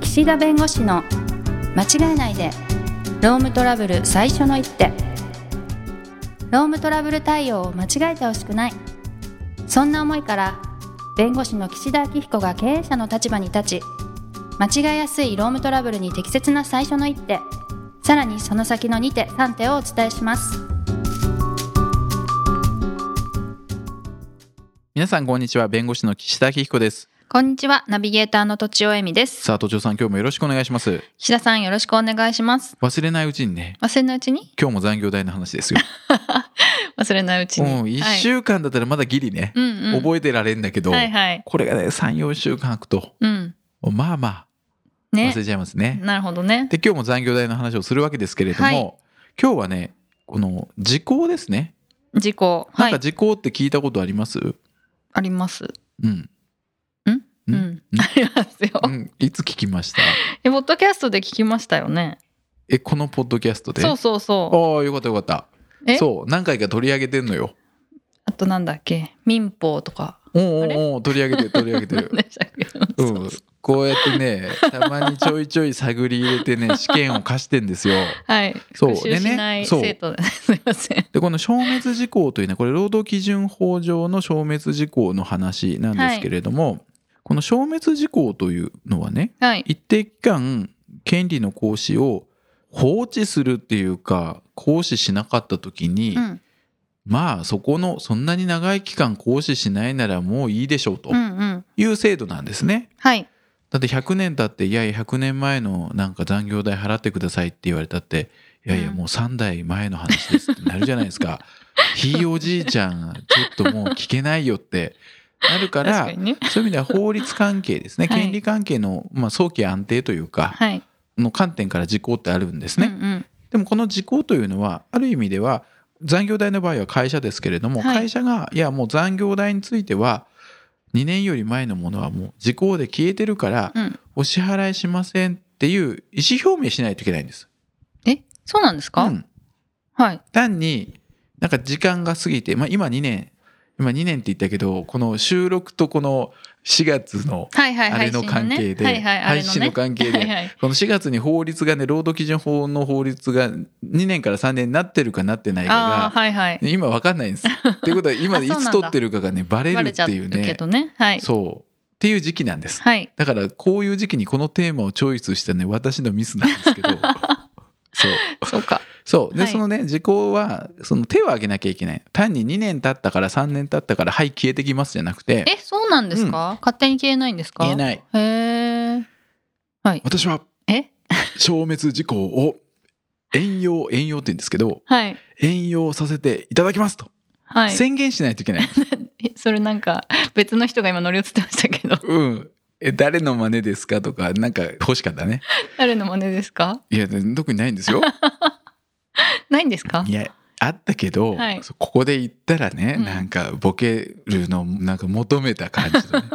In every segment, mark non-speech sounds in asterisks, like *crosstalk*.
岸田弁護士の間違えないでロームトラブル最初の一手ロームトラブル対応を間違えてほしくないそんな思いから弁護士の岸田明彦が経営者の立場に立ち間違えやすいロームトラブルに適切な最初の一手さらにその先の2手3手をお伝えします皆さんこんにちは弁護士の岸田明彦ですこんにちはナビゲーターのとちおえみですさあ都庁さん今日もよろしくお願いします岸田さんよろしくお願いします忘れないうちにね忘れないうちに今日も残業代の話ですよ忘れないうちに、もう1はい週間だったらまだギリね、うんうん覚えてられんだけど、はいはいこれがね34週間空くとうんまあまあね忘れちゃいますねなるほどねで今日も残業代の話をするわけですけれども、はい今日はねこの時効ですね、事故はなんいか時効って聞いたことありますありますうん、うんんありますようん、いつ聞きましたえポッドキャストで聞きましたよねえこのポッドキャストでそうそうそああよかったよかったえそう何回か取り上げてんのようあとなんだっけ民法とかおうおあうれおう取り上げてる取り上げて何 *laughs* るでしたっけうそんうそうこうやってねたまにちょいちょい探り入れ *laughs* てね試験を課してんですよはいそう復習しなでねいそう生徒で *laughs* すいませんでこの消滅事項というねこれ労働基準法上の消滅事項の話なんですけれども、この消滅事項というのはねはい一定期間権利の行使を放置するっていうか行使しなかった時に、うんまあそこのそんなに長い期間行使しないならもういいでしょうとうんうんいう制度なんですね。はいだって100年経っていやいや100年前のなんか残業代払ってくださいって言われたっていやいやうんもう3代前の話ですってなるじゃないです *laughs* か。ひいおじいちゃんちょっともう聞けないよってなるか確らかにねそういう意味では法律関係ですね、はい権利関係の、まあ、早期安定というか、はいの観点から時効ってあるんですうんね、うんでもこの時効というのはある意味では残業代の場合は会社ですけれども、はい会社がいやもう残業代については2年より前のものはもう時効で消えてるからうんお支払いしませんっていう意思表明しないといけないんです。えそうなんですかうんはい単になんか時間が過ぎて、まあ、今2年今2年って言ったけどこの収録とこの4月のはいはいあれ配の信関係で、ねはいはいあれ配信の関係で、はいはいこの4月に法律がね労働基準法の法律が2年から3年になってるかなってないかああが、はいはい今わかんな *laughs* いんです。っていうことは今あいそうなんつだ取ってるかがねバレバるレっちゃてっていうるねけどねはいそうっていう時期なんです。はいだからこういう時期にこのテーマをチョイスしたね私のミスなんです *laughs* けどそうそうかそうで、はいそのね時効はその手を挙げなきゃいけない単に2年経ったから3年経ったからはい消えてきますじゃなくてえそうなんですか勝手に消えないんですか言えいないへえ私はえ消滅事項を遠用遠用って言うんですけどはい遠用させていただきますとはい宣言しないといけ *laughs* ない、えそれなんか別の人が今乗り移ってましたけど *laughs* うんえ誰の真似ですかとかなんか欲しかったね誰の真似ですかいや特にないんですよないんですかいやあったけど、はいそうここで言ったらね、うんなんかボケるのなんか求めた感 *laughs* じだね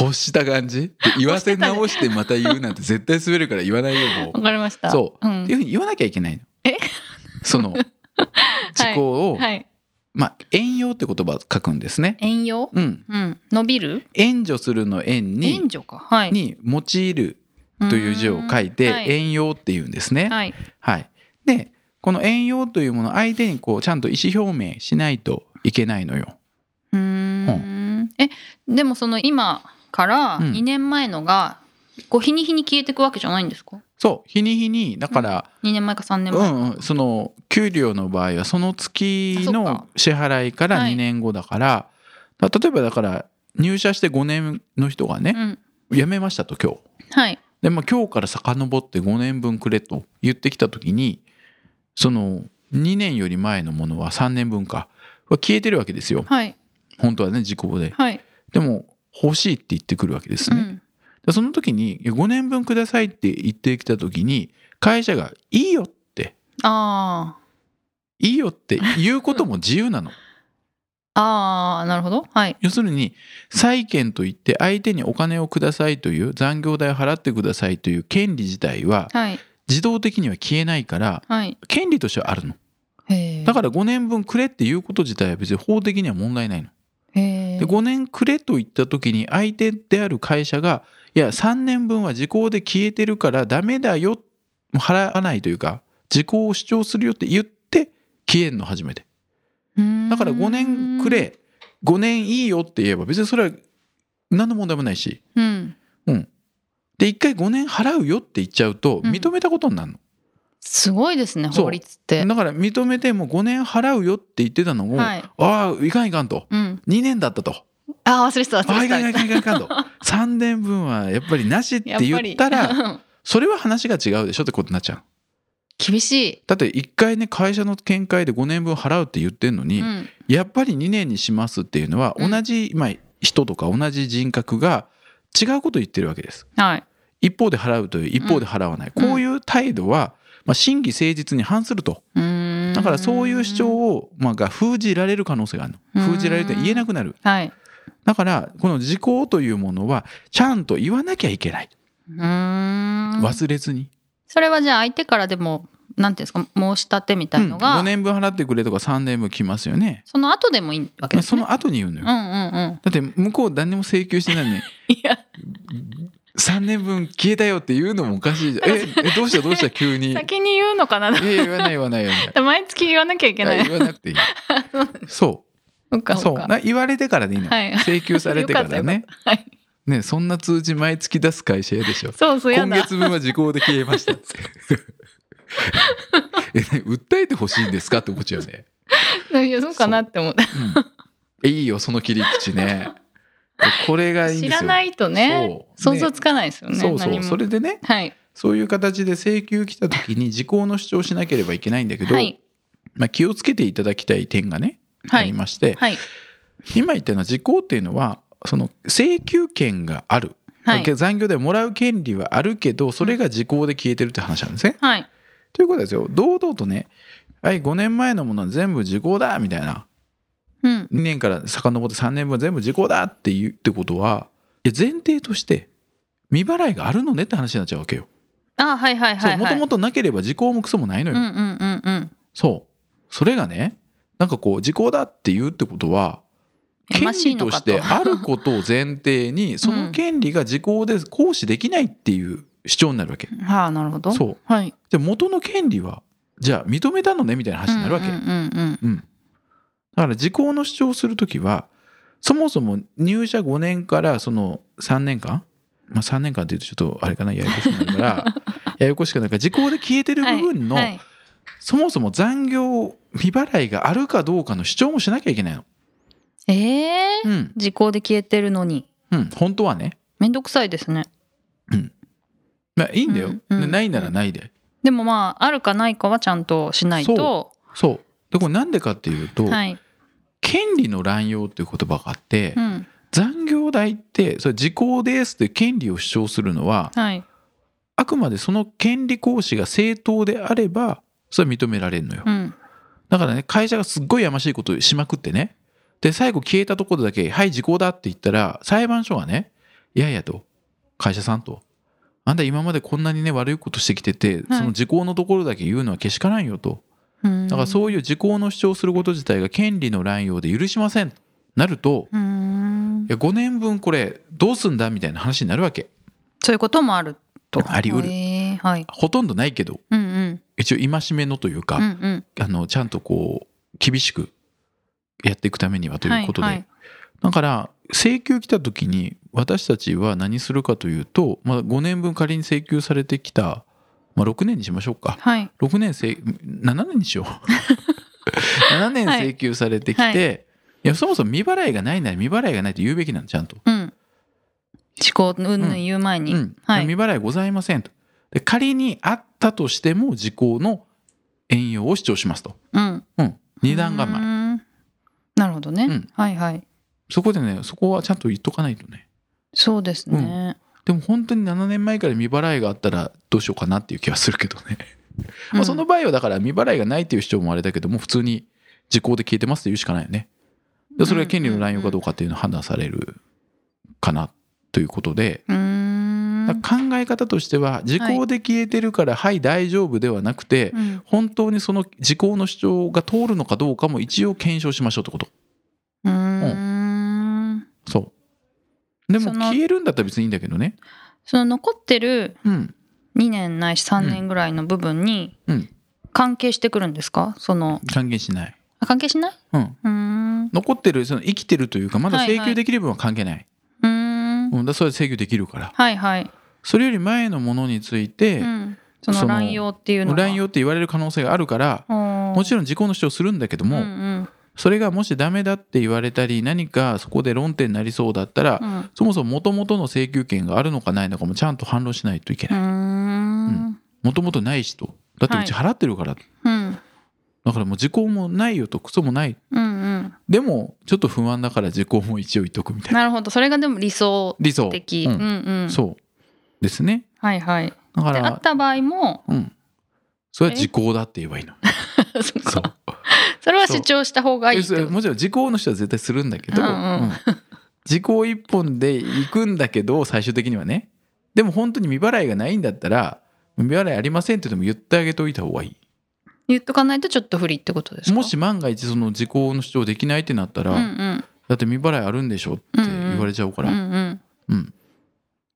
欲した感じで言わせ直してまた言 *laughs* うなんて絶対滑るから言わないよもわかりましたそう、んっていうふうに言わなきゃいけないのえ *laughs* その事項を、はいまあ遠用って言葉を書くんですね遠用うんうん伸びる援助するの援援に助かはいに用いるという字を書いうてーんはい援用っていうんですね。はいはい、でこの援用というもの相手にこうちゃんと意思表明しないといけないのよ。うーんえでもその今からうん2年前のがこう日に日に消えていくわけじゃないんですかそう日に日にだから、 2年前か3う年ん前、うんその給料の場合はその月あそっのか支払いからはい2年後だから,、だ例えばだから入社して5年の人がうね、ん、辞めましたと今日。はいで、まあ、今日から遡って5年分くれと言ってきた時にその2年より前のものは3年分かは消えてるわけですよはい本当はね時効ではい、でも欲しいって言ってくるわけですうね、ん、でその時にいや5年分くださいって言ってきた時に会社が「いいよ」ってあ「いいよ」って言うことも自由なのあああなるほどはい要するに債権といって相手にお金をくださいという残業代を払ってくださいという権利自体ははい自動的には消えないからはい権利としてはあるの。へえだから5年分くれっていうこと自体は別に法的には問題ないの。へえで5年くれと言った時に相手である会社が「いや3年分は時効で消えてるからダメだよ払わないというか時効を主張するよって言って消えんの初めてだから5年くれ5年いいよって言えば別にそれは何の問題もないしうんうんで1回5年払うよって言っちゃうとうん認めたことになるの、すごいですねそう法律ってだから認めてもう5年払うよって言ってたのを、はいああいかんいかんとうん2年だったとあー忘れてた忘あれていかんたいかんいかん *laughs* いかんと3年分はやっぱりなしってやぱ言りったらうんそれは話が違うでしょってことになっちゃう厳しだって1回ね会社の見解で5年分払うって言ってんのい、に、うんやっぱり2年にしますっていうのはうん同じ、まあ、人とか同じ人格が違うことを言ってるわけですはい一方で払うという一方で払わない、うんこういう態度は、まあ、真偽誠実に反するとうーんだからそういう主張を、まあ、が封じられる可能性があるうのん封じられると言えなくなるはいだからこの時効というものはちゃんと言わなきゃいけないうーん忘れずに、それはじゃあ相手からでもなんていうんですか申し立てみたいのが、 5年分払ってくれとか3年分来ますよねその後でもいいわけまであすそねの後に言うのよ、うんうんうんだって向こう何にも請求してないのにいや3年分消えたよって言うのもおかし *laughs* いじゃんええどうしたどうした急にいや先に言うのかな *laughs* 言わない言わない言わない毎月言わなきゃいけない言わなくて *laughs* いいそそううかそそううかな言われてからでいいの、はい請求されてからよねたよかっねそんな通知毎月出す会社やでしょそうそうや今だ *laughs* 月分は時効で消えましたえ、ね、訴えてほしいんですかって思っちゃうよね、いやそうかなって思ったうんえいいよその切り口ね *laughs* これがいいんで知すよらないとねそう想像ねつかないですよねそうそ何うもそれでねはいそういう形で請求来た *laughs* 時に時効の主張しなければいけないんだけど、はいまあ、気をつけていただきたい点がね、はありいまして、はい今言ったような時効っていうのはその請求権がある、はい残業でもらう権利はあるけどそれが時効で消えてるって話なんですね。はいということですよ堂々とね「はい5年前のものは全部時効だ」みたいなうん2年から遡って3年分は全部時効だって言うってことはいや前提として未払いがあるのねって話になっちゃうわけよ。あはいはいはいもはといもとなければ時効もクソもないのうよ。んうんうんうんそう。それがね、なんかこう、時効だって言うってことは、や権まし利いのとかしとてあることを前提 *laughs* に、その権利が時効で行使できないっていう主張になるわけ。はあなるほどそう。はいで、元の権利は、じゃあ認めたのねみたいな話になるわけ。ううんうんんうんだから時効の主張をするときは、そもそも入社5年からその3年間まあ3年間っていうとちょっとあれかな、ややこしくなる *laughs* から、ややこしくなるから、時効で消えてうるんはい部分の、はいそもそも残業未払いがあるかどうかの主張もしなきゃいけないの。えーうん。時効で消えてるのにうん。本当はね。めんどくさいですねまあいいんだよ。うんうんねないならないで。でもまああるかないかはちゃんとしないとそう。で、これなんでかっていうと、はい権利の乱用っていう言葉があって、うん残業代って、それ時効ですって権利を主張するのは、はいあくまでその権利行使が正当であれば、それは認められるのよう。んだからね、会社がすっごいやましいことをしまくってね、で、最後消えたところだけ、はい、時効だって言ったら、裁判所はね、いやいやと、会社さんと、あんた今までこんなにね、悪いことしてきてて、はいその時効のところだけ言うのはけしからんよと。うんだからそういう時効の主張すること自体が権利の乱用で許しません。なると、うーんいや、5年分これ、どうすんだみたいな話になるわけ。そういうこともあるとあり得るへーはいほとんどないけど、うんうん一応戒めのというか、うんうんあの、ちゃんとこう、厳しくやっていくためにはということで、はいはいだから請求来た時に私たちは何するかというと、まあ、5年分仮に請求されてきた、まあ、6年にしましょうかはい6年請7年にしよう *laughs* 7年はい請求されてきて、はいいやそもそも未払いがないなら未払いがないと言うべきなのちゃんと、うん思考うんぬん言う前に、うんはい未払いございませんとで仮にあったとしても時効の援用を主張しますと、うんうん、二段構ええなるほどね、うんはいはいそこでねそこはちゃんと言っとかないとねそうですね、でも本当に7年前から未払いがあったらどうしようかなっていう気はするけどね。まあその場合はだから未払いがないっていう主張もあれだけども普通に時効で消えてますって言うしかないよね。でそれが権利の乱用かどうかっていうのを判断されるかなということで。うーんだから考え方としては時効で消えてるからはい大丈夫ではなくてうん本当にその時効の主張が通るのかどうかも一応検証しましょうってこと。うーんそう。でそもの消えるんだったら別にいいんだけどね。その残ってるうん。 2年ないし3年ぐらいの部分にうん。関係してくるんですかその還元しない。あ関係しないううん。ーんう残ってる、その生きてるというか、まだ請はいは求いできる分は関係ない。ーんうん。だからそれ請求できるから。はいはい、それより前のものについてう、ん、そのその乱用っていうのは乱用って言われる可能性があるから、ももちろん時効の主張するんだけどろも、うんうんそれがもしダメだって言われたり、何かそこで論点になりそうだったら、うんうそもそも元々の請求権があるのかないのかもちゃんと反論しないといけーない。ん元々ないしと。だってはういち払ってるから。うんだからもう時効もないよとクソもない。うんうんでも、ちょっと不安だから時効も一応言っとくみたいな。なるほどそれがでも理想理想。的、ううんんうん、そう。ですね。はいはいでだかあらっ、た場合もうん。それは時効だって言えばいいの。 *laughs* そっそうか。それは主張した方がいいえってこそとれもちろん時効の人は絶対するんだけど、うんうんうん時効一本で行くんだけど最終的にはねでも本当に未払いがないんだったら未払いありませんってでも言ってあげといた方がい言っとかないとちょっと不利ってことですいかもし万が一その時効の主張できないってなったら、うんうんだって未払いあるんでしょって言われちゃうかうんら、うんうん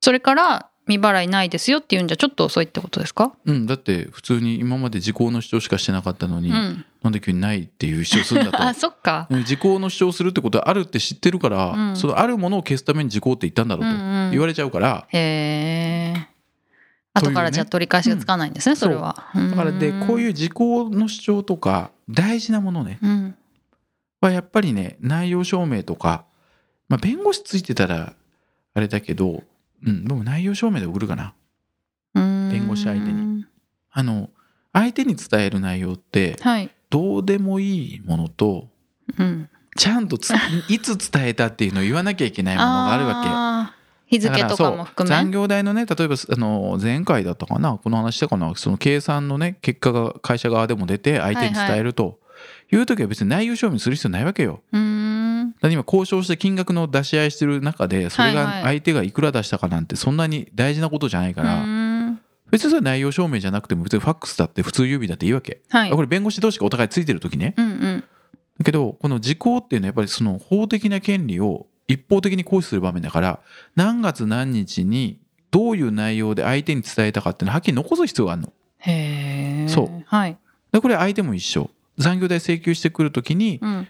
それから未払いないですよっていうんじゃちょっと遅いってことですか、うんだって普通に今まで時効の主張しかしてなかったのに、うんなんで急にないっていう主張する *laughs* んだあと。そっかうん時効の主張するってことはあるって知ってるから、うんそのあるものを消すために時効って言ったんだろうんううとん言われちゃうから、へえ後からじゃあ取り返しがつかないんですね、それはだからでこういうう時効の主張とか大事なものねんうんはやっぱりね内容証明とか、まあ、弁護士ついてたらあれだけど、うん、でも内容証明で送るかなうん弁護士相手にあの相手に伝える内容ってはい、どうでもいいものとうん、ちゃんとついつ伝えたっていうのを言わなきゃいけないものがあるわけ。わけ日だか付らとそかうも含残め業代のね例えばあの前回だったかなこの話したかなその計算のね結果が会社側でも出て相手に伝えるという時は別に内容証明する必要ないわけよ。うーんだって今交渉して金額の出し合いしてる中でそれはいはがい相手がいくら出したかなんてそんなに大事なことじゃないかうら、ーん別にそれは内容証明じゃなくても別にファックスだって普通郵便だっていいわけ、はいこれ弁護士同士がお互いついてる時ねうんうんだけどこの時効っていうのはやっぱりその法的な権利を一方的に行使する場面だから何月何日にどういう内容で相手に伝えたかっていうのははっきり残す必要があるのへえそうはい、でこれ相手も一緒残業代請求してくる時にうん、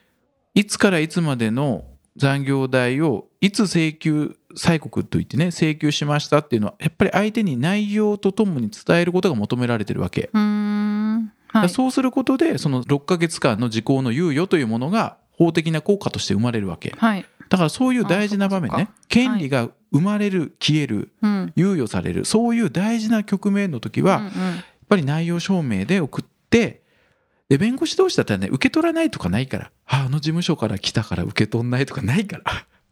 いつからいつまでの残業代をいつ請求催告といってね請求しましたっていうのはやっぱり相手に内容とともに伝えることが求められてるわけ、うーんはいそうすることでその6ヶ月間の時効の猶予というものが法的な効果として生まれるわけはいだからそういう大事な場面あそっねか権利が生まれる消えるうん猶予されるそういう大事な局面の時はうんやっぱり内容証明で送ってで弁護士同士だったらね受け取らないとかないからああの事務所から来たから受け取んないとかないから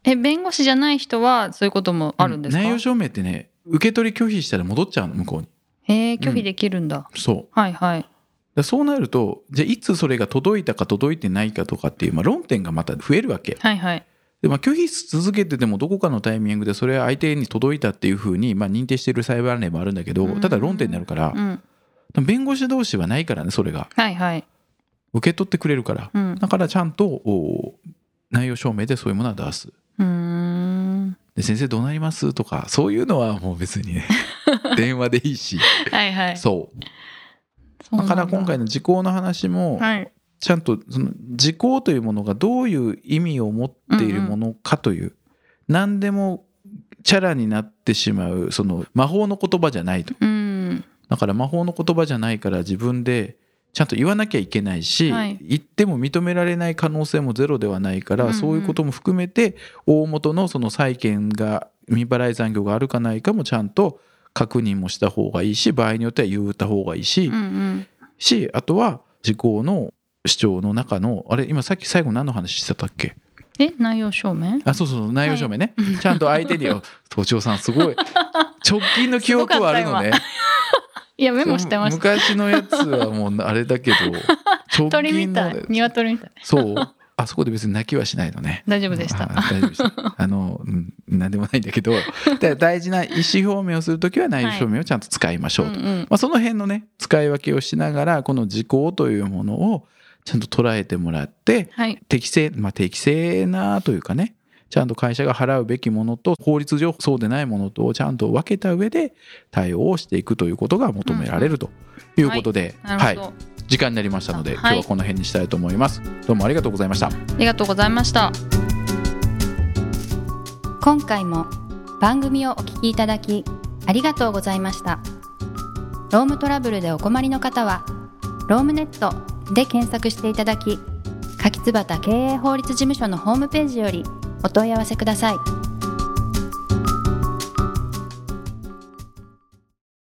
え弁護士じゃない人はそういうこともあるんですか、内容証明ってね受け取り拒否したら戻っちゃうの向こうにへえ拒否できるんだ、そうだかはいはいらそうなるとじゃあいつそれが届いたか届いてないかとかっていう、まあ、論点がまた増えるわけはいはいで、まあ、拒否し続けててもどこかのタイミングでそれは相手に届いたっていうふうに、まあ、認定している裁判例もあるんだけどうんただ論点になるからうんでも弁護士同士はないからねそれがはいはい受け取ってくれるからうんうだからちゃんとお内容証明でそういうものは出すーんで先生どうなりますとかそういうのはもう別 *laughs* にね電話でいいしはいはいそうそうだなんだから今回の時効の話もはいちゃんとその時効というものがどういう意味を持っているものかという、何でもチャラになってしまうその魔法の言葉じゃないとうんだから魔法の言葉じゃないから自分でちゃんと言わなきゃいけないし、はい言っても認められない可能性もゼロではないから、うんうんそういうことも含めて大元のその債権が未払い残業があるかないかもちゃんと確認もした方がいいし場合によっては言った方がいいし、うんうんしあとは時効の主張の中のあれ今さっき最後何の話してたっけえ内容証明あそうそうそう内容証明ね、ちゃんと相手に「 *laughs* あ都庁さんすごい直近の記憶はあるのねいやメモしてました昔のやつはもうあれだ *laughs* けど直鳥近みたのい鶏みたいそうあそこで別に泣きはしないのね大丈夫でしたあ大丈夫でしたあの、うん、何でもないんだけどで大事な意思表明をするときは内容証明をちゃんと使いましょうと、うんうんまあ、その辺のね使い分けをしながらこの時効というものをちゃんと捉えてもらってはい適正まあ適正なというかねちちゃんと会社が払うべきものと法律上そうでないものとをちゃんと分けた上で対応をしていくということが求められるということで、なるほど、時間になりましたので、はい今日はこの辺にしたいと思いますどうもありがとうございましたありがとうございました今回も番組をお聞きいただきありがとうございましたロームトラブルでお困りの方はロームネットで検索していただき柿椿経営法律事務所のホームページよりお問い合わせください